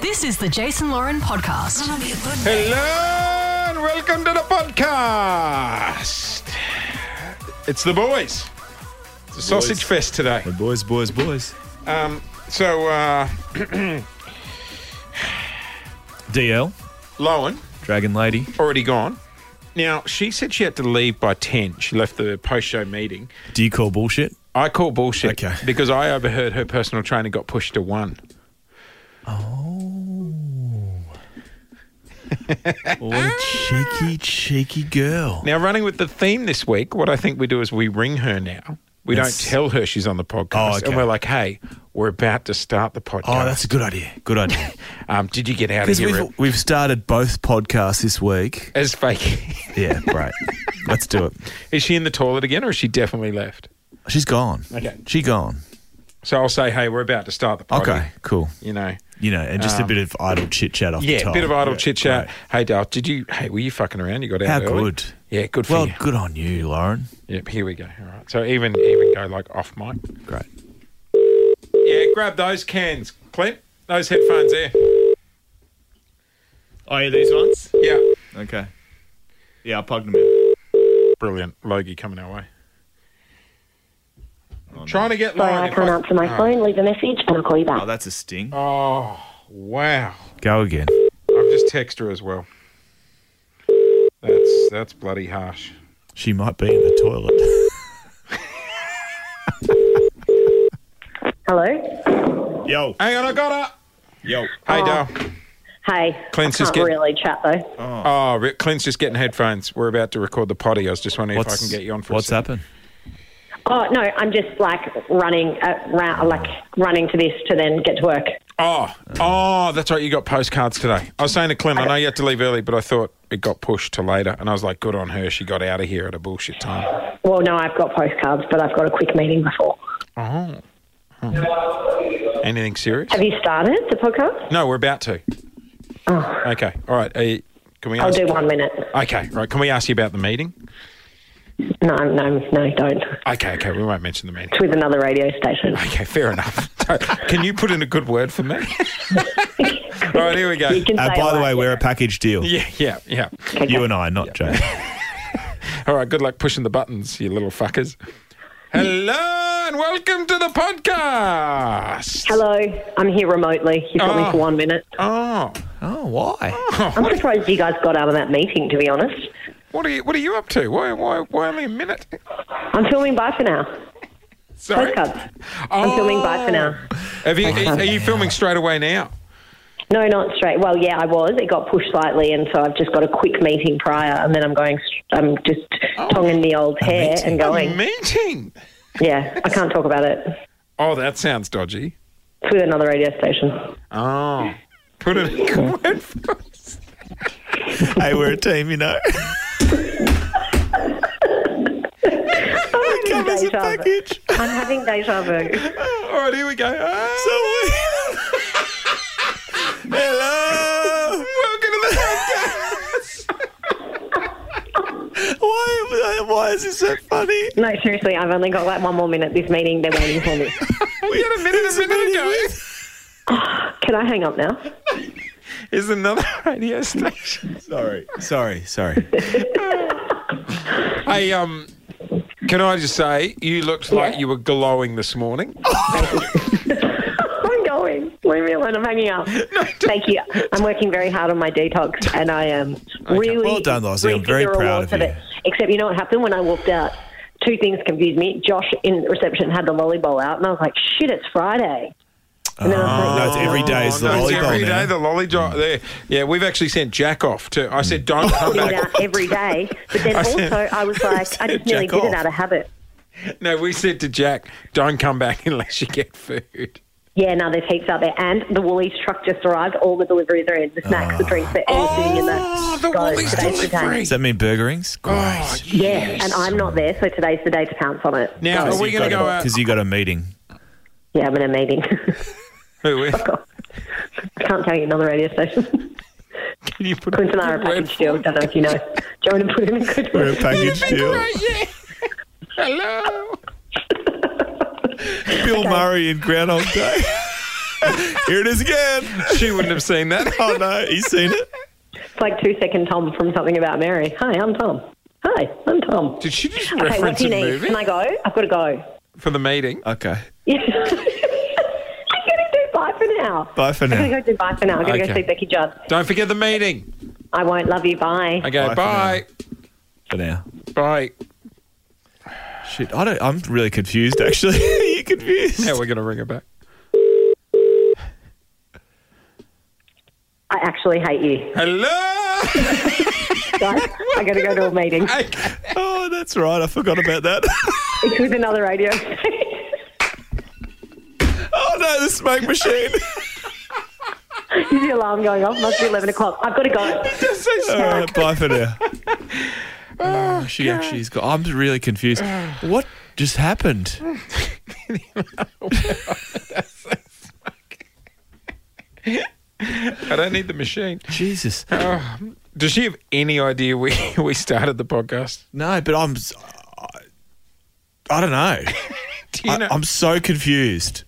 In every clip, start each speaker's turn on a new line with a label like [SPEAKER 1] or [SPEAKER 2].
[SPEAKER 1] This is the Jason Lauren podcast.
[SPEAKER 2] Hello and welcome to the podcast. It's the boys. It's a sausage fest today.
[SPEAKER 3] The boys, boys, boys.
[SPEAKER 2] So, uh,
[SPEAKER 3] DL,
[SPEAKER 2] Lowen,
[SPEAKER 3] Dragon Lady.
[SPEAKER 2] already gone. Now, she said she had to leave by 10. She left the post show meeting.
[SPEAKER 3] Do you call bullshit?
[SPEAKER 2] I call bullshit
[SPEAKER 3] Okay.
[SPEAKER 2] because I overheard her personal trainer got pushed to one.
[SPEAKER 3] What a cheeky, cheeky girl.
[SPEAKER 2] Now, running with the theme this week, what I think we do is we ring her now. We
[SPEAKER 3] That's-
[SPEAKER 2] don't tell her she's on the podcast.
[SPEAKER 3] Oh, okay.
[SPEAKER 2] And we're like, hey, we're about to start the podcast.
[SPEAKER 3] Oh, that's a good idea. Good idea.
[SPEAKER 2] um, did you get out of
[SPEAKER 3] Because
[SPEAKER 2] here
[SPEAKER 3] we've, we've started both podcasts this week.
[SPEAKER 2] as fake?
[SPEAKER 3] Yeah, right. Let's do it.
[SPEAKER 2] Is she in the toilet again, or is she definitely left?
[SPEAKER 3] She's gone.
[SPEAKER 2] Okay.
[SPEAKER 3] She gone.
[SPEAKER 2] So I'll say, hey, we're about to start the party.
[SPEAKER 3] Okay, cool.
[SPEAKER 2] You know,
[SPEAKER 3] You know, and just a bit of idle chit chat off the
[SPEAKER 2] Um, yeah,
[SPEAKER 3] top.
[SPEAKER 2] bit of idle
[SPEAKER 3] Yeah,
[SPEAKER 2] chit chat.
[SPEAKER 3] great.
[SPEAKER 2] Hey, Dale, did you? Hey, were you fucking around? You got
[SPEAKER 3] How
[SPEAKER 2] out early?
[SPEAKER 3] good.
[SPEAKER 2] Yeah, good for
[SPEAKER 3] Well,
[SPEAKER 2] you.
[SPEAKER 3] good on you, Lauren.
[SPEAKER 2] Yep, here we go. All right. So even even go like off mic.
[SPEAKER 3] Great.
[SPEAKER 2] Yeah, grab those cans, Clint. Those headphones there.
[SPEAKER 4] Oh, yeah, these ones?
[SPEAKER 2] Yeah,
[SPEAKER 4] Okay. Yeah, I plugged them in.
[SPEAKER 2] brilliant. Logie coming our way. Trying to get
[SPEAKER 5] Sorry, I
[SPEAKER 2] Lauren. if
[SPEAKER 5] can't
[SPEAKER 2] I-
[SPEAKER 5] answer my phone. Leave a message and I'll call you back.
[SPEAKER 4] Oh, that's a sting.
[SPEAKER 2] Oh wow!
[SPEAKER 3] Go again.
[SPEAKER 2] I've just texted her as well. That's that's bloody harsh.
[SPEAKER 3] She might be in the toilet.
[SPEAKER 5] Hello?
[SPEAKER 4] Yo,
[SPEAKER 2] Hang on, I got her.
[SPEAKER 4] yo.
[SPEAKER 5] Oh,
[SPEAKER 2] Hey, Dale.
[SPEAKER 5] Hey.
[SPEAKER 2] Clint's
[SPEAKER 5] I
[SPEAKER 2] just
[SPEAKER 5] can't
[SPEAKER 2] getting-
[SPEAKER 5] really chat though.
[SPEAKER 2] Oh, Rick, Clint's just getting headphones. We're about to record the potty. I was just wondering
[SPEAKER 3] What's,
[SPEAKER 2] if I can get you on for
[SPEAKER 3] what's
[SPEAKER 2] a second.
[SPEAKER 3] happened?
[SPEAKER 5] Oh no, I'm just like running around, like running to this to then get to work.
[SPEAKER 2] Oh, oh, that's right. You got postcards today. I was saying to Clint, I know you had to leave early, but I thought it got pushed to later. And I was like, good on her. She got out of here at a bullshit time.
[SPEAKER 5] Well, no, I've got postcards, but I've got a quick meeting before.
[SPEAKER 2] Oh. Hmm. Anything serious?
[SPEAKER 5] Have you started the podcast?
[SPEAKER 2] No, we're about to. Okay. All right. Uh, can we
[SPEAKER 5] I'll
[SPEAKER 2] ask?
[SPEAKER 5] do one minute.
[SPEAKER 2] Okay. Right. Can we ask you about the meeting?
[SPEAKER 5] No, no, no, don't.
[SPEAKER 2] Okay. Okay. We won't mention the meeting.
[SPEAKER 5] It's with another radio station.
[SPEAKER 2] Okay. Fair enough. can you put in a good word for me? All right. Here we go.
[SPEAKER 5] You can
[SPEAKER 3] Uh,
[SPEAKER 5] say
[SPEAKER 3] by the
[SPEAKER 5] all
[SPEAKER 3] way,
[SPEAKER 5] that.
[SPEAKER 3] we're a package deal.
[SPEAKER 2] Yeah. Yeah. Yeah.
[SPEAKER 3] You and I, not Jay.
[SPEAKER 2] All right, good luck pushing the buttons, you little fuckers. Hello and welcome to the podcast.
[SPEAKER 5] Hello, I'm here remotely. You've got
[SPEAKER 2] Oh.
[SPEAKER 5] me for one minute.
[SPEAKER 2] Oh,
[SPEAKER 3] Oh, why?
[SPEAKER 5] I'm surprised you guys got out of that meeting, to be honest.
[SPEAKER 2] what are you? What are you up to? Why? Why? Why only a minute?
[SPEAKER 5] I'm filming bye for now.
[SPEAKER 2] Sorry.
[SPEAKER 5] Postcards. I'm filming bye for now.
[SPEAKER 2] Have you? Are, are you filming straight away now?
[SPEAKER 5] No, not straight. Well, yeah, I was. It got pushed slightly, and so I've just got a quick meeting prior, and then I'm going. str- I'm just tonguing the old hair and
[SPEAKER 2] A
[SPEAKER 5] going.
[SPEAKER 2] meeting.
[SPEAKER 5] Yeah, I can't talk about it.
[SPEAKER 2] Oh, that sounds dodgy.
[SPEAKER 5] It's with another radio station.
[SPEAKER 2] Oh, put it in good word for us.
[SPEAKER 3] hey, we're a team, you know.
[SPEAKER 5] I'm
[SPEAKER 3] Come
[SPEAKER 5] having
[SPEAKER 3] as a
[SPEAKER 5] deja vu.
[SPEAKER 3] package.
[SPEAKER 5] I'm having deja vu.
[SPEAKER 2] All right, here we go. Ah,
[SPEAKER 3] So we- Hello.
[SPEAKER 2] welcome to the podcast.
[SPEAKER 3] Why? am I- Why is this so funny?
[SPEAKER 5] No, seriously, I've only got like one more minute. This meeting, they're waiting for me.
[SPEAKER 2] we had a minute, a minute ago.
[SPEAKER 5] Can I hang up now?
[SPEAKER 2] Is another radio station.
[SPEAKER 3] Sorry, sorry, sorry.
[SPEAKER 2] Hey, um, can I just say you looked like you were glowing this morning?
[SPEAKER 5] Oh, I'm going. Leave me alone. I'm hanging up. Thank you. I'm working very hard on my detox, and I am really
[SPEAKER 3] Well done, Lizzie. I'm
[SPEAKER 5] reaping
[SPEAKER 3] very
[SPEAKER 5] the
[SPEAKER 3] proud
[SPEAKER 5] rewards
[SPEAKER 3] of you.
[SPEAKER 5] It. Except, you know what happened when I walked out? Two things confused me. Josh in reception had the lollyball out, and I was like, "Shit, it's Friday." And then I was
[SPEAKER 3] Ah, No,
[SPEAKER 5] like,
[SPEAKER 3] it's every day is the
[SPEAKER 2] no, it's
[SPEAKER 3] volleyball
[SPEAKER 2] every day
[SPEAKER 3] now.
[SPEAKER 2] the lolly
[SPEAKER 5] Mm.
[SPEAKER 2] jo- there. Yeah, we've actually sent Jack off to. I said, don't come
[SPEAKER 5] doing
[SPEAKER 2] back.
[SPEAKER 5] that every day, but then
[SPEAKER 2] I
[SPEAKER 5] also
[SPEAKER 2] said-
[SPEAKER 5] I was like, I just nearly
[SPEAKER 3] Jack
[SPEAKER 5] did it
[SPEAKER 3] off.
[SPEAKER 5] out of habit.
[SPEAKER 2] No, we said to Jack, don't come back unless you get food.
[SPEAKER 5] Yeah, no, there's heaps out there, and the Woolies truck just arrived. All the deliveries are in, the snacks, the drinks, they're
[SPEAKER 3] Ah.
[SPEAKER 5] all sitting in the.
[SPEAKER 2] Oh, the
[SPEAKER 5] Guys,
[SPEAKER 2] Woolies
[SPEAKER 5] today's the day.
[SPEAKER 2] delivery.
[SPEAKER 3] Does that mean burger rings? Great.
[SPEAKER 2] Oh,
[SPEAKER 5] Yeah, and I'm not there, so today's the day to pounce on it.
[SPEAKER 2] Now, are we going to go out?
[SPEAKER 3] Because you got a meeting.
[SPEAKER 5] Yeah, I'm in a meeting.
[SPEAKER 2] Who is-
[SPEAKER 5] Can't tell you another radio station.
[SPEAKER 2] Can you put
[SPEAKER 5] Quinton are
[SPEAKER 2] Good
[SPEAKER 5] a
[SPEAKER 2] word
[SPEAKER 5] package deal. Don't know if you know. Do you want to put in a good word?
[SPEAKER 3] package deal.
[SPEAKER 2] Hello.
[SPEAKER 3] Bill Murray in Groundhog Day.
[SPEAKER 4] Here it is again.
[SPEAKER 2] She wouldn't have seen that.
[SPEAKER 4] Oh no, he's seen it.
[SPEAKER 5] It's like two second Tom from Something About Mary. Hi, I'm Tom. Hi, I'm Tom.
[SPEAKER 2] Did she just
[SPEAKER 5] Okay, what
[SPEAKER 2] reference
[SPEAKER 5] do you
[SPEAKER 2] a
[SPEAKER 5] need?
[SPEAKER 2] movie
[SPEAKER 5] Can I go? I've got to go.
[SPEAKER 2] for the meeting?
[SPEAKER 4] Okay.
[SPEAKER 5] Yeah. I'm going to do bye for now.
[SPEAKER 4] Bye for
[SPEAKER 5] I'm
[SPEAKER 4] now.
[SPEAKER 5] going to go do bye for now. I'm going to
[SPEAKER 2] Okay.
[SPEAKER 5] go see Becky Judd.
[SPEAKER 2] Don't forget the meeting.
[SPEAKER 5] I won't love you. Bye.
[SPEAKER 2] Okay,
[SPEAKER 4] Bye for
[SPEAKER 2] bye.
[SPEAKER 4] For now.
[SPEAKER 2] Bye.
[SPEAKER 4] Shit, I don't. I'm really confused. Actually, Are you confused?
[SPEAKER 2] Now we're going to ring her back.
[SPEAKER 5] I actually hate you.
[SPEAKER 2] Hello.
[SPEAKER 5] Guys, I got to go to a meeting.
[SPEAKER 2] Okay.
[SPEAKER 4] Oh, that's right. I forgot about that.
[SPEAKER 5] It's with another radio. station.
[SPEAKER 4] oh no, the smoke machine.
[SPEAKER 5] Is the alarm going off? Must be 11 o'clock. I've got to go.
[SPEAKER 4] All right, bye for now. Oh, she actually's got. I'm really confused. What just happened?
[SPEAKER 2] I don't need the machine.
[SPEAKER 4] Jesus.
[SPEAKER 2] Does she have any idea we, we started the podcast?
[SPEAKER 4] No, but I'm. s- I, I don't know.
[SPEAKER 2] Do you
[SPEAKER 4] I,
[SPEAKER 2] know?
[SPEAKER 4] I'm so confused.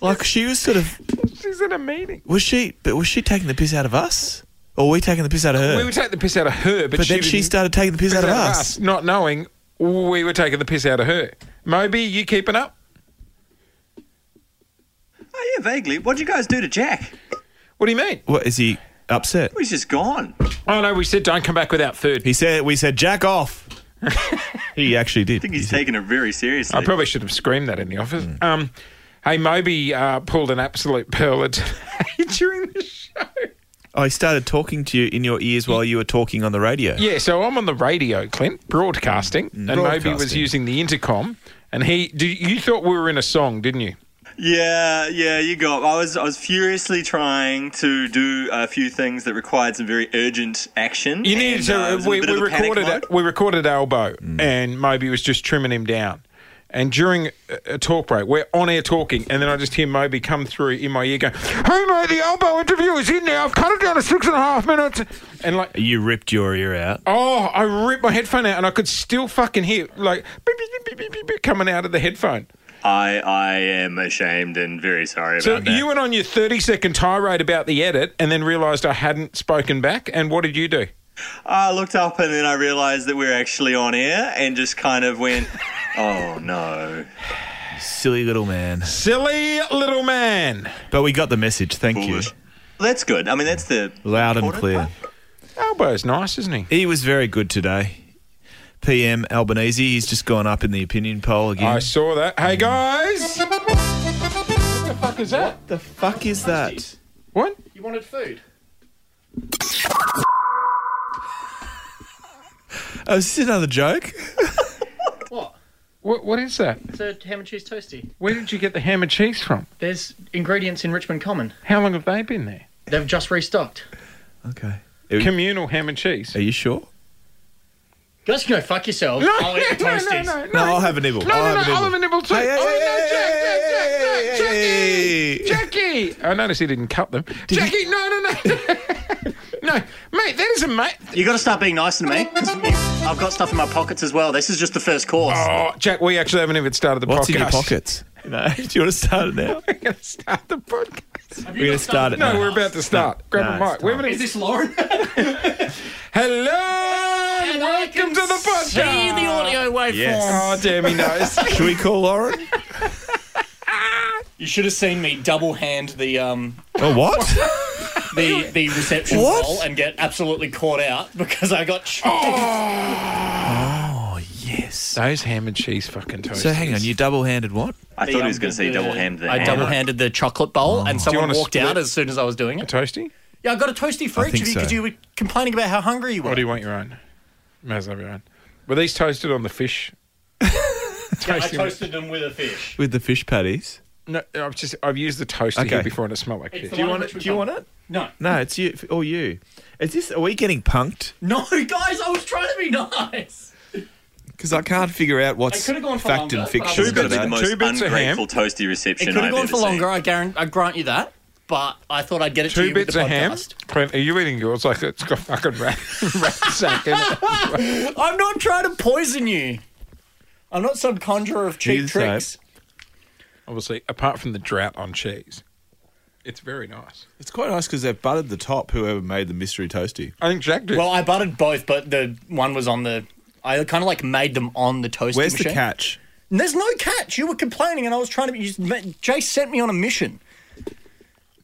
[SPEAKER 4] Like she was sort of
[SPEAKER 2] She's in a meeting.
[SPEAKER 4] was she but was she taking the piss out of us or were we taking the piss out of her?
[SPEAKER 2] We were taking the piss out of her, but,
[SPEAKER 4] but then she
[SPEAKER 2] didn't-
[SPEAKER 4] started taking the piss, out of us.
[SPEAKER 2] not knowing we were taking the piss out of her. Moby, you keeping up?
[SPEAKER 6] Oh, yeah, vaguely. What'd you guys do to Jack?
[SPEAKER 2] What do you mean?
[SPEAKER 4] What is he upset?
[SPEAKER 6] He's just gone.
[SPEAKER 2] Oh no, we said don't come back without food.
[SPEAKER 4] He said we said jack off. he actually did.
[SPEAKER 6] I think he's taking it very seriously.
[SPEAKER 2] I probably should have screamed that in the office. Um, hey, Moby uh, pulled an absolute pearl today during the show.
[SPEAKER 4] Oh, he started talking to you in your ears while you were talking on the radio.
[SPEAKER 2] Yeah, so I'm on the radio, Clint, broadcasting, and Moby was
[SPEAKER 4] Broadcasting.
[SPEAKER 2] using the intercom. And he, did, you thought we were in a song, didn't you?
[SPEAKER 6] Yeah, yeah, you got. I was, I was furiously trying to do a few things that required some very urgent action.
[SPEAKER 2] You needed
[SPEAKER 6] and,
[SPEAKER 2] to.
[SPEAKER 6] uh, it was in a
[SPEAKER 2] we,
[SPEAKER 6] bit
[SPEAKER 2] we
[SPEAKER 6] of a panic
[SPEAKER 2] recorded
[SPEAKER 6] mode. Mm.
[SPEAKER 2] we recorded elbow, and Moby was just trimming him down. And during a- a talk break, we're on air talking, and then I just hear Moby come through in my ear, going, "Hey mate, the elbow interview is in now. I've cut it down to six and a half minutes." And like,
[SPEAKER 4] You ripped your ear out.
[SPEAKER 2] oh, I ripped my headphone out, and I could still fucking hear like beep, beep, beep, beep, beep, beep, beep, coming out of the headphone.
[SPEAKER 6] I, I am ashamed and very sorry
[SPEAKER 2] So
[SPEAKER 6] about that.
[SPEAKER 2] you went on your thirty second tirade about the edit, and then realised I hadn't spoken back. And what did you do?
[SPEAKER 6] I looked up and then I realised that we were actually on air and just kind of went, oh no.
[SPEAKER 4] Silly little man.
[SPEAKER 2] Silly little man.
[SPEAKER 4] But we got the message. Thank you.
[SPEAKER 6] Foolish. That's good. I mean, that's the
[SPEAKER 4] Loud and
[SPEAKER 6] important
[SPEAKER 4] clear.
[SPEAKER 6] part.
[SPEAKER 2] Elbow's nice, isn't he?
[SPEAKER 4] He was very good today. PM Albanese, he's just gone up in the opinion poll again.
[SPEAKER 2] I saw that. Hey guys, what the fuck is that?
[SPEAKER 4] the fuck is that?
[SPEAKER 2] What?
[SPEAKER 7] You wanted food?
[SPEAKER 4] Oh, is this another joke?
[SPEAKER 7] What?
[SPEAKER 2] What? What is that?
[SPEAKER 7] It's a ham and cheese toasty.
[SPEAKER 2] Where did you get the ham and cheese from?
[SPEAKER 7] There's ingredients in Richmond Common.
[SPEAKER 2] How long have they been there?
[SPEAKER 7] They've just restocked.
[SPEAKER 4] Okay.
[SPEAKER 2] Communal ham and cheese.
[SPEAKER 4] Are you sure?
[SPEAKER 7] Guys can go fuck yourselves.
[SPEAKER 4] Oh,
[SPEAKER 7] I'll eat the toasties.
[SPEAKER 2] Oh,
[SPEAKER 4] No, I'll have a nibble.
[SPEAKER 2] No,
[SPEAKER 4] I'll
[SPEAKER 2] no,
[SPEAKER 4] have a
[SPEAKER 2] no,
[SPEAKER 4] nibble.
[SPEAKER 2] Oliver Nibble too.
[SPEAKER 4] Hey, hey,
[SPEAKER 2] oh,
[SPEAKER 4] hey,
[SPEAKER 2] no, Jack, Jack, Jack,
[SPEAKER 4] hey,
[SPEAKER 2] Jack, Jackie, Jackie. I noticed he didn't cut them. Jackie, no, no, no. no, mate, that is a mate.
[SPEAKER 8] You got to stop being nice to me. I've got stuff in my pockets as well. This is just the first course.
[SPEAKER 2] Oh, Jack, we actually haven't even started the
[SPEAKER 4] What's
[SPEAKER 2] podcast.
[SPEAKER 4] in your pockets? No. Do you want to start it now?
[SPEAKER 2] We're going to start the podcast.
[SPEAKER 4] We're going to start it
[SPEAKER 2] No,
[SPEAKER 4] now.
[SPEAKER 2] we're about to start. Grab a
[SPEAKER 4] no,
[SPEAKER 2] mic.
[SPEAKER 4] it's
[SPEAKER 2] We haven't even
[SPEAKER 7] Is this Lauren?
[SPEAKER 2] Hello and welcome to the podcast.
[SPEAKER 7] See the audio waveform.
[SPEAKER 2] Oh, damn, he knows.
[SPEAKER 4] Should we call Lauren?
[SPEAKER 9] You should have seen me double hand the um
[SPEAKER 4] oh, what?
[SPEAKER 9] the the reception
[SPEAKER 4] What?
[SPEAKER 9] roll and get absolutely caught out because I got chucked.
[SPEAKER 4] yes.
[SPEAKER 2] Those ham and cheese fucking toast.
[SPEAKER 4] So hang on, you double-handed what?
[SPEAKER 6] I thought he was going to say double hand.
[SPEAKER 9] I double handed the chocolate bowl and someone
[SPEAKER 2] wanna
[SPEAKER 9] walked
[SPEAKER 2] split?
[SPEAKER 9] out as soon as I was doing it.
[SPEAKER 2] Toasty?
[SPEAKER 9] Yeah, I got a toasty for
[SPEAKER 4] I
[SPEAKER 9] each
[SPEAKER 4] think
[SPEAKER 9] of you
[SPEAKER 4] so.
[SPEAKER 9] because you were complaining about how hungry you
[SPEAKER 2] Or
[SPEAKER 9] were.
[SPEAKER 2] do you want your own? May as well have your own. Were these toasted on the fish?
[SPEAKER 9] I
[SPEAKER 2] toasting?
[SPEAKER 9] toasted them with a fish.
[SPEAKER 4] With the fish patties.
[SPEAKER 2] No, I've just I've used the toaster
[SPEAKER 4] Okay.
[SPEAKER 2] here before and it smelled like shit.
[SPEAKER 9] Do you want it? Do you want it? No.
[SPEAKER 4] No, it's you or you. Is this? Are we getting punked?
[SPEAKER 9] No, guys, I was trying to be nice.
[SPEAKER 4] Because I can't figure out what's
[SPEAKER 9] It could've gone for
[SPEAKER 4] fact
[SPEAKER 9] longer,
[SPEAKER 4] and
[SPEAKER 9] but I
[SPEAKER 4] fiction.
[SPEAKER 6] Two
[SPEAKER 9] was
[SPEAKER 6] bits
[SPEAKER 2] Two
[SPEAKER 6] of the most
[SPEAKER 2] bits of ham.
[SPEAKER 6] ungrateful toasty reception
[SPEAKER 9] It could
[SPEAKER 6] I've
[SPEAKER 9] have gone
[SPEAKER 6] ever
[SPEAKER 9] for
[SPEAKER 6] seen.
[SPEAKER 9] longer, I guarant I grant you that. But I thought I'd get it to
[SPEAKER 2] Two
[SPEAKER 9] you with
[SPEAKER 2] bits
[SPEAKER 9] the
[SPEAKER 2] of ham.
[SPEAKER 9] podcast.
[SPEAKER 2] Clint, are you eating yours like it's got fucking rat, rat sack in it?
[SPEAKER 9] I'm not trying to poison you. I'm not some conjurer of cheap
[SPEAKER 4] He's the
[SPEAKER 9] tricks.
[SPEAKER 2] obviously, apart from the drought on cheese. It's very nice.
[SPEAKER 3] It's quite nice because they've buttered the top, whoever made the mystery toasty.
[SPEAKER 2] I think Jack did.
[SPEAKER 9] Well, I buttered both, but the one was on the. I kind of like made them on the toaster
[SPEAKER 3] Where's the
[SPEAKER 9] machine.
[SPEAKER 3] catch?
[SPEAKER 9] And there's no catch. You were complaining, and I was trying to. You, just- Jay sent me on a mission.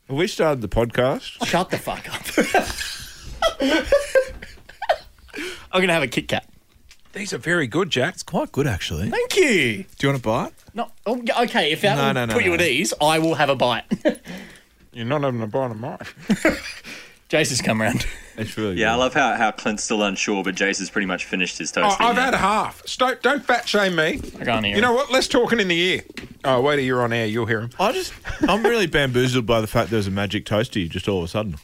[SPEAKER 3] Have we started the podcast?
[SPEAKER 9] Shut the fuck up. I'm gonna have a Kit Kat.
[SPEAKER 2] These are very good, Jack.
[SPEAKER 3] Quite good, actually. Do
[SPEAKER 9] Thank you.
[SPEAKER 3] you want to bite?
[SPEAKER 9] No, oh, yeah, okay. If that
[SPEAKER 3] No,
[SPEAKER 9] will
[SPEAKER 3] no, no,
[SPEAKER 9] put you
[SPEAKER 3] no.
[SPEAKER 9] at ease, I will have a bite.
[SPEAKER 2] You're not having a bite of mine.
[SPEAKER 9] Jace has come round.
[SPEAKER 3] It's really
[SPEAKER 6] Yeah, I love how, how Clint's still unsure, but Jace has pretty much finished his
[SPEAKER 2] Oh,
[SPEAKER 6] toast.
[SPEAKER 2] I've had half. Sto- don't fat shame me.
[SPEAKER 9] I can't hear
[SPEAKER 2] You know
[SPEAKER 9] him.
[SPEAKER 2] what? Let's talk it in the ear. Oh, wait till you're on air. You'll hear him.
[SPEAKER 3] I just, I'm really bamboozled by the fact there was a magic toasty just all of a sudden.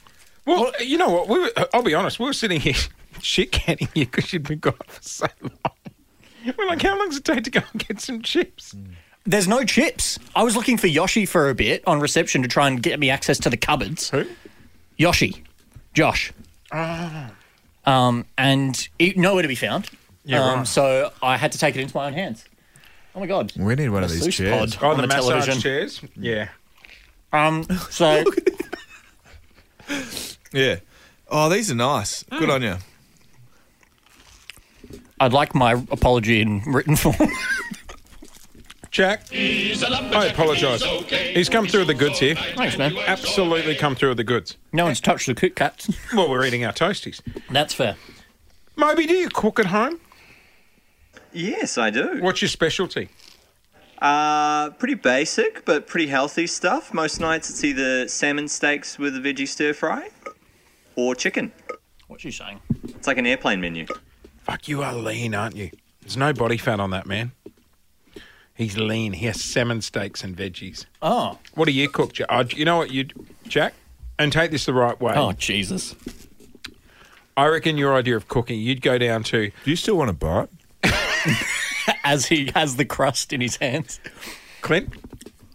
[SPEAKER 2] Well, you know what? We were, uh, I'll be honest. We were sitting here shit canning you because you'd been gone for so long. We're like, how long does it take to go and get some chips?
[SPEAKER 9] Mm. There's no chips. I was looking for Yoshi for a bit on reception to try and get me access to the cupboards.
[SPEAKER 2] Who?
[SPEAKER 9] Yoshi, Josh. Um, and it, nowhere to be found.
[SPEAKER 2] Yeah,
[SPEAKER 9] um,
[SPEAKER 2] right.
[SPEAKER 9] So I had to take it into my own hands. Oh my god.
[SPEAKER 3] We need one of
[SPEAKER 9] A
[SPEAKER 3] these
[SPEAKER 9] sluice
[SPEAKER 3] chairs.
[SPEAKER 9] pod
[SPEAKER 2] Oh,
[SPEAKER 9] on
[SPEAKER 2] the,
[SPEAKER 9] the
[SPEAKER 2] massage
[SPEAKER 9] television.
[SPEAKER 2] chairs. Yeah.
[SPEAKER 9] Um, so
[SPEAKER 3] Yeah. Oh, these are nice. Good
[SPEAKER 9] Mm.
[SPEAKER 3] on you.
[SPEAKER 9] I'd like my apology in written form.
[SPEAKER 2] Jack, I apologise. He's come through with the goods here.
[SPEAKER 9] Thanks, man.
[SPEAKER 2] Absolutely come through with the goods.
[SPEAKER 9] No one's touched the Kit Kats.
[SPEAKER 2] Well, we're eating our toasties.
[SPEAKER 9] That's fair.
[SPEAKER 2] Moby, do you cook at home?
[SPEAKER 6] yes, I do.
[SPEAKER 2] What's your specialty?
[SPEAKER 6] Uh, pretty basic, but pretty healthy stuff. Most nights it's either salmon steaks with a veggie stir fry or chicken.
[SPEAKER 9] What's she saying?
[SPEAKER 6] It's like an airplane menu.
[SPEAKER 2] Fuck, you are lean, aren't you? There's no body fat on that man. He's lean. He has salmon steaks and veggies.
[SPEAKER 9] Oh.
[SPEAKER 2] What do you cook, Jack? Uh, you know what you, Jack? And take this the right way.
[SPEAKER 9] Oh Jesus.
[SPEAKER 2] I reckon your idea of cooking, you'd go down to
[SPEAKER 3] Do you still want to bite?
[SPEAKER 9] As he has the crust in his hands.
[SPEAKER 2] Clint.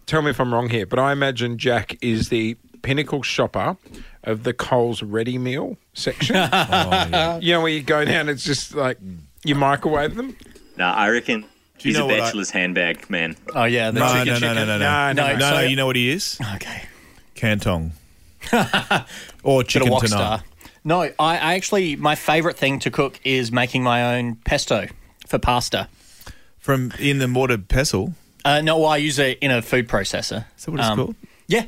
[SPEAKER 2] Tell me if I'm wrong here, but I imagine Jack is the pinnacle shopper of the Coles ready meal section.
[SPEAKER 9] Oh,
[SPEAKER 2] You know where you go down, it's just like you microwave them.
[SPEAKER 6] Nah, I reckon
[SPEAKER 3] you
[SPEAKER 6] he's
[SPEAKER 3] know
[SPEAKER 6] a
[SPEAKER 3] what I-
[SPEAKER 6] bachelor's handbag man.
[SPEAKER 9] Oh yeah. The
[SPEAKER 3] No,
[SPEAKER 9] chicken.
[SPEAKER 3] no, no, no, no, no, no,
[SPEAKER 2] No, no,
[SPEAKER 9] no.
[SPEAKER 3] no,
[SPEAKER 9] So-
[SPEAKER 3] You know what he is?
[SPEAKER 9] Okay.
[SPEAKER 3] Cantong. or
[SPEAKER 9] Bit of
[SPEAKER 3] chicken
[SPEAKER 9] wok
[SPEAKER 3] tonight.
[SPEAKER 9] star. No, I, I actually my favourite thing to cook is making my own pesto for pasta.
[SPEAKER 3] From in the mortar pestle.
[SPEAKER 9] Uh, no, well, I use it in a food processor.
[SPEAKER 3] Is that what it's
[SPEAKER 9] Um,
[SPEAKER 3] called?
[SPEAKER 9] Yeah.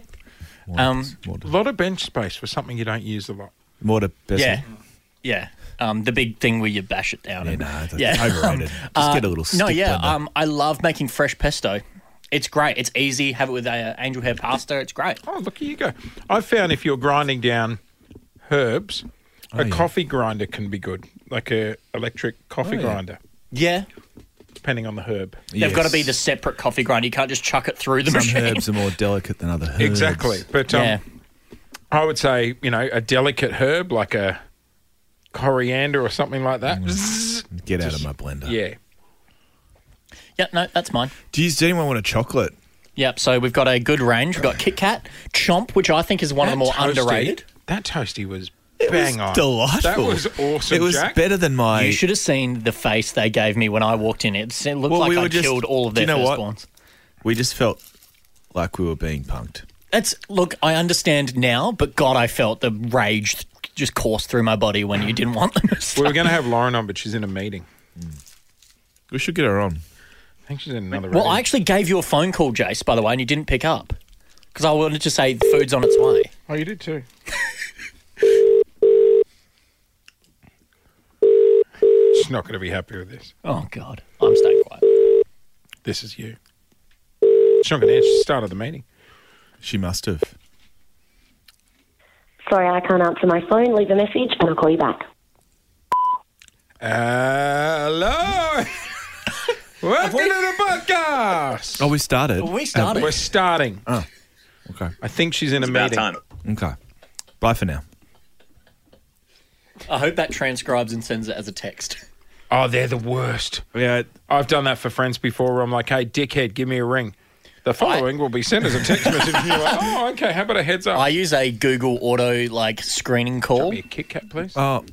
[SPEAKER 9] Um,
[SPEAKER 2] A lot of bench space for something you don't use a lot.
[SPEAKER 3] Mortar pestle.
[SPEAKER 9] Yeah. Yeah. Um, the big thing where you bash it down.
[SPEAKER 3] Yeah,
[SPEAKER 9] and-
[SPEAKER 3] no, that's
[SPEAKER 9] Yeah.
[SPEAKER 3] overrated. Just get a little stick
[SPEAKER 9] no, yeah.
[SPEAKER 3] blender.
[SPEAKER 9] Um, I love making fresh pesto. It's great. It's easy. Have it with uh, angel hair pasta. It's great.
[SPEAKER 2] Oh, look, here you go. I've found if you're grinding down herbs, a
[SPEAKER 3] Oh, yeah.
[SPEAKER 2] coffee grinder can be good, like a electric coffee
[SPEAKER 3] Oh, yeah.
[SPEAKER 2] grinder,
[SPEAKER 9] Yeah.
[SPEAKER 2] depending on the herb.
[SPEAKER 9] They've got to be
[SPEAKER 3] Yes.
[SPEAKER 9] the separate coffee grinder. You can't just chuck it through the
[SPEAKER 3] Some
[SPEAKER 9] machine.
[SPEAKER 3] herbs are more delicate than other herbs.
[SPEAKER 2] Exactly. But um,
[SPEAKER 9] Yeah.
[SPEAKER 2] I would say, you know, a delicate herb like a coriander or something like that.
[SPEAKER 3] Mm.
[SPEAKER 2] Zzz.
[SPEAKER 3] Get out of my blender.
[SPEAKER 2] Yeah.
[SPEAKER 9] Yeah. No, that's mine.
[SPEAKER 3] Do you, does anyone want a chocolate?
[SPEAKER 9] Yep. So we've got a good range. We've got Kit Kat, Chomp, which I think is one of the more
[SPEAKER 2] That toasty-
[SPEAKER 9] underrated.
[SPEAKER 2] That toasty was bang
[SPEAKER 3] it was
[SPEAKER 2] on.
[SPEAKER 3] delightful.
[SPEAKER 2] That was awesome,
[SPEAKER 3] It was
[SPEAKER 2] Jack.
[SPEAKER 3] better than my.
[SPEAKER 9] You should have seen the face they gave me when I walked in. It s- it looked
[SPEAKER 3] Well,
[SPEAKER 9] like
[SPEAKER 3] we
[SPEAKER 9] I
[SPEAKER 3] were just-
[SPEAKER 9] killed all of
[SPEAKER 3] do
[SPEAKER 9] their
[SPEAKER 3] you know what?
[SPEAKER 9] firstborns.
[SPEAKER 3] we just felt like we were being punked.
[SPEAKER 9] That's look. I understand now, but God, I felt the rage th- just course through my body when you didn't want them. To
[SPEAKER 2] we were
[SPEAKER 9] start.
[SPEAKER 2] going to have Lauren on, but she's in a meeting.
[SPEAKER 3] We should get her on.
[SPEAKER 2] I think she's in another
[SPEAKER 9] Well, I
[SPEAKER 2] meeting.
[SPEAKER 9] actually gave you a phone call, Jace, by the way, and you didn't pick up because I wanted to say the food's on its way.
[SPEAKER 2] Oh, you did too. she's not going to be happy with this.
[SPEAKER 9] Oh God, I'm staying quiet.
[SPEAKER 2] This is you. She's not going to answer. She started the meeting.
[SPEAKER 3] She must have.
[SPEAKER 5] Sorry, I can't answer my phone. Leave a message and I'll call you back.
[SPEAKER 2] Hello. Welcome to the podcast.
[SPEAKER 3] Oh, we started.
[SPEAKER 9] We started.
[SPEAKER 2] We're starting.
[SPEAKER 3] Okay.
[SPEAKER 2] I think she's in a
[SPEAKER 6] About
[SPEAKER 2] meeting.
[SPEAKER 6] time.
[SPEAKER 3] Okay. Bye for now.
[SPEAKER 9] I hope that transcribes and sends it as a text.
[SPEAKER 2] Oh, they're the worst.
[SPEAKER 3] Yeah.
[SPEAKER 2] I've done that for friends before where I'm like, hey, dickhead, give me a ring. The following will be sent as a text message. And you're like, oh, okay, how about a heads up?
[SPEAKER 9] I use a Google Auto like screening call.
[SPEAKER 3] uh,
[SPEAKER 2] Give me a Kit Kat, please.
[SPEAKER 3] Oh,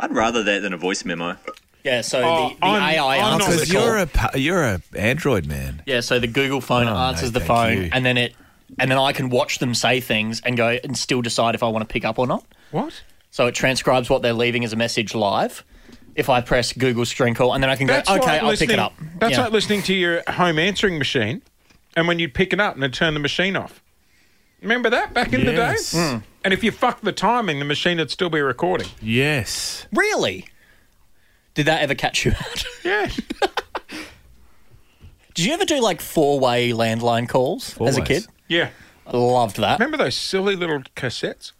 [SPEAKER 6] I'd rather that than a voice memo.
[SPEAKER 9] Yeah, so
[SPEAKER 2] Oh,
[SPEAKER 9] the, the
[SPEAKER 2] I'm-
[SPEAKER 9] AI
[SPEAKER 2] I'm not
[SPEAKER 3] Because
[SPEAKER 2] the
[SPEAKER 9] answers the call.
[SPEAKER 3] you're a pa- you're a Android man.
[SPEAKER 9] Yeah, so the Google phone
[SPEAKER 3] Oh,
[SPEAKER 9] answers
[SPEAKER 3] no,
[SPEAKER 9] the
[SPEAKER 3] thank
[SPEAKER 9] phone,
[SPEAKER 3] you.
[SPEAKER 9] and then it, and then I can watch them say things and go and still decide if I want to pick up or not.
[SPEAKER 2] What?
[SPEAKER 9] So it transcribes what they're leaving as a message live. If I press Google string call, and then I can go, okay,
[SPEAKER 2] like
[SPEAKER 9] I'll pick
[SPEAKER 2] listening-
[SPEAKER 9] it up.
[SPEAKER 2] That's
[SPEAKER 9] yeah.
[SPEAKER 2] like listening to your home answering machine, and when you'd pick it up and then turn the machine off. Remember that back in
[SPEAKER 3] Yes.
[SPEAKER 2] the day?
[SPEAKER 9] Hmm.
[SPEAKER 2] And if you fucked the timing, the machine would still be recording.
[SPEAKER 3] Yes.
[SPEAKER 9] really. Did that ever catch you out?
[SPEAKER 2] Yeah.
[SPEAKER 9] Did you ever do like four-way landline calls as a
[SPEAKER 3] Four-ways.
[SPEAKER 9] kid?
[SPEAKER 2] yeah.
[SPEAKER 9] I loved that.
[SPEAKER 2] Remember those silly little cassettes?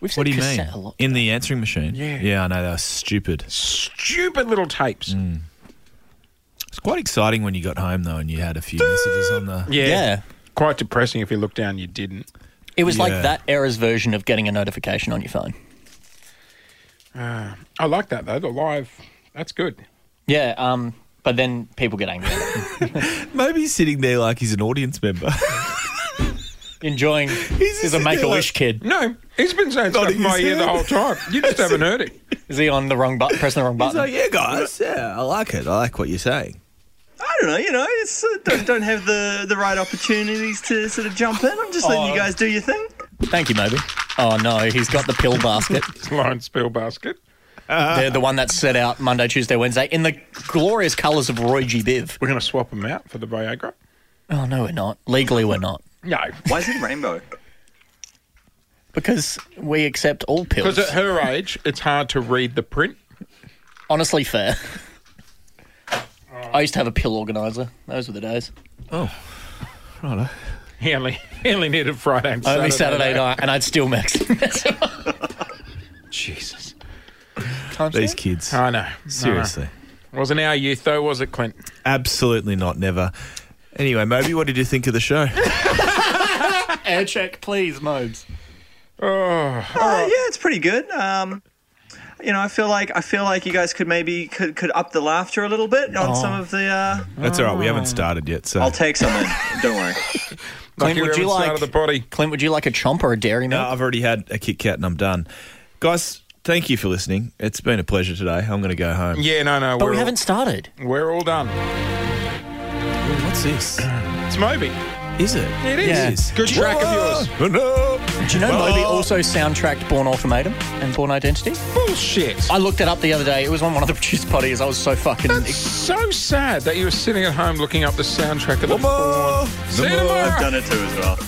[SPEAKER 9] We've
[SPEAKER 4] What do
[SPEAKER 9] said
[SPEAKER 4] you mean?
[SPEAKER 9] cassette a lot.
[SPEAKER 4] In the answering machine?
[SPEAKER 2] Yeah.
[SPEAKER 4] Yeah, I know. They were stupid.
[SPEAKER 2] Stupid little tapes.
[SPEAKER 9] Hmm.
[SPEAKER 4] It's quite exciting when you got home, though, and you had a few messages on the.
[SPEAKER 9] Yeah.
[SPEAKER 2] Quite depressing if you look down, you didn't.
[SPEAKER 9] It was like
[SPEAKER 4] Yeah.
[SPEAKER 9] that era's version of getting a notification on your phone.
[SPEAKER 2] I like that though. The live, that's good.
[SPEAKER 9] Yeah, um, but then people get angry. at it.
[SPEAKER 4] Maybe he's sitting there like he's an audience member.
[SPEAKER 9] Enjoying is a
[SPEAKER 4] sitting there
[SPEAKER 9] make a wish
[SPEAKER 4] like-
[SPEAKER 9] kid.
[SPEAKER 2] No, he's been saying stuff in
[SPEAKER 4] Nodding
[SPEAKER 2] my
[SPEAKER 4] his
[SPEAKER 2] ear the
[SPEAKER 4] head.
[SPEAKER 2] whole time. You just haven't heard it.
[SPEAKER 9] Is he on the wrong button? Pressing the wrong
[SPEAKER 4] He's
[SPEAKER 9] button.
[SPEAKER 4] like, yeah, guys, yeah, I like it. I like what you're saying.
[SPEAKER 6] I don't know, you know, it's, uh, don't, don't have the, the right opportunities to sort of jump in. I'm just
[SPEAKER 2] Oh.
[SPEAKER 6] letting you guys do your thing.
[SPEAKER 9] Thank you, Moby. Oh no, he's got the pill basket.
[SPEAKER 2] It's Lawrence Bill Basket.
[SPEAKER 9] They're the one that's set out Monday, Tuesday, Wednesday in the glorious colours of Roy G. Biv.
[SPEAKER 2] We're going to swap him out for the Viagra.
[SPEAKER 9] Oh no, we're not. Legally, we're not
[SPEAKER 2] No,
[SPEAKER 6] Why is it rainbow?
[SPEAKER 9] because we accept all pills.
[SPEAKER 2] because at her age, it's hard to read the print.
[SPEAKER 9] Honestly, fair. I used to have a pill organizer. Those were the days.
[SPEAKER 2] He only, he only needed Friday and
[SPEAKER 9] Only
[SPEAKER 2] Saturday.
[SPEAKER 9] Saturday night, and I'd still max.
[SPEAKER 2] Jesus.
[SPEAKER 4] These kids.
[SPEAKER 2] I know. I know.
[SPEAKER 4] Seriously.
[SPEAKER 2] Wasn't our youth though, was it, Clint?
[SPEAKER 4] Absolutely not, never. Anyway, Moby, what did you think of the show?
[SPEAKER 9] Air check, please, Mobes.
[SPEAKER 6] Uh, yeah, it's pretty good. Um, you know, I feel like I feel like you guys could maybe could, could up the laughter a little bit on some of the. Uh,
[SPEAKER 4] That's all right. We haven't started yet, so
[SPEAKER 6] I'll take some in. Don't worry.
[SPEAKER 9] Clint,
[SPEAKER 2] Lucky we
[SPEAKER 9] would you
[SPEAKER 2] haven't started
[SPEAKER 9] like?
[SPEAKER 2] the body?
[SPEAKER 9] Clint, would you like a chomp or a dairy
[SPEAKER 4] No,
[SPEAKER 9] milk?
[SPEAKER 4] Uh, I've already had a Kit Kat and I'm done. Guys, thank you for listening. It's been a pleasure today. I'm going to go home.
[SPEAKER 2] Yeah, no, no.
[SPEAKER 9] but
[SPEAKER 2] we're
[SPEAKER 9] we
[SPEAKER 2] all-
[SPEAKER 9] haven't started.
[SPEAKER 2] We're all done.
[SPEAKER 4] What's this?
[SPEAKER 2] It's Moby.
[SPEAKER 4] Is it?
[SPEAKER 2] It is.
[SPEAKER 9] Yeah.
[SPEAKER 2] Good track of yours.
[SPEAKER 4] Oh, no.
[SPEAKER 9] Do you know
[SPEAKER 4] uh,
[SPEAKER 9] Moby also soundtracked Born Ultimatum and Born Identity?
[SPEAKER 2] Bullshit.
[SPEAKER 9] I looked it up the other day. It was on one of the produce potties. I was so fucking.
[SPEAKER 2] That's so sad that you were sitting at home looking up the soundtrack of the
[SPEAKER 4] One more.
[SPEAKER 2] See you
[SPEAKER 4] One more.
[SPEAKER 2] tomorrow.
[SPEAKER 6] I've done it too as well.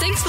[SPEAKER 1] Thanks for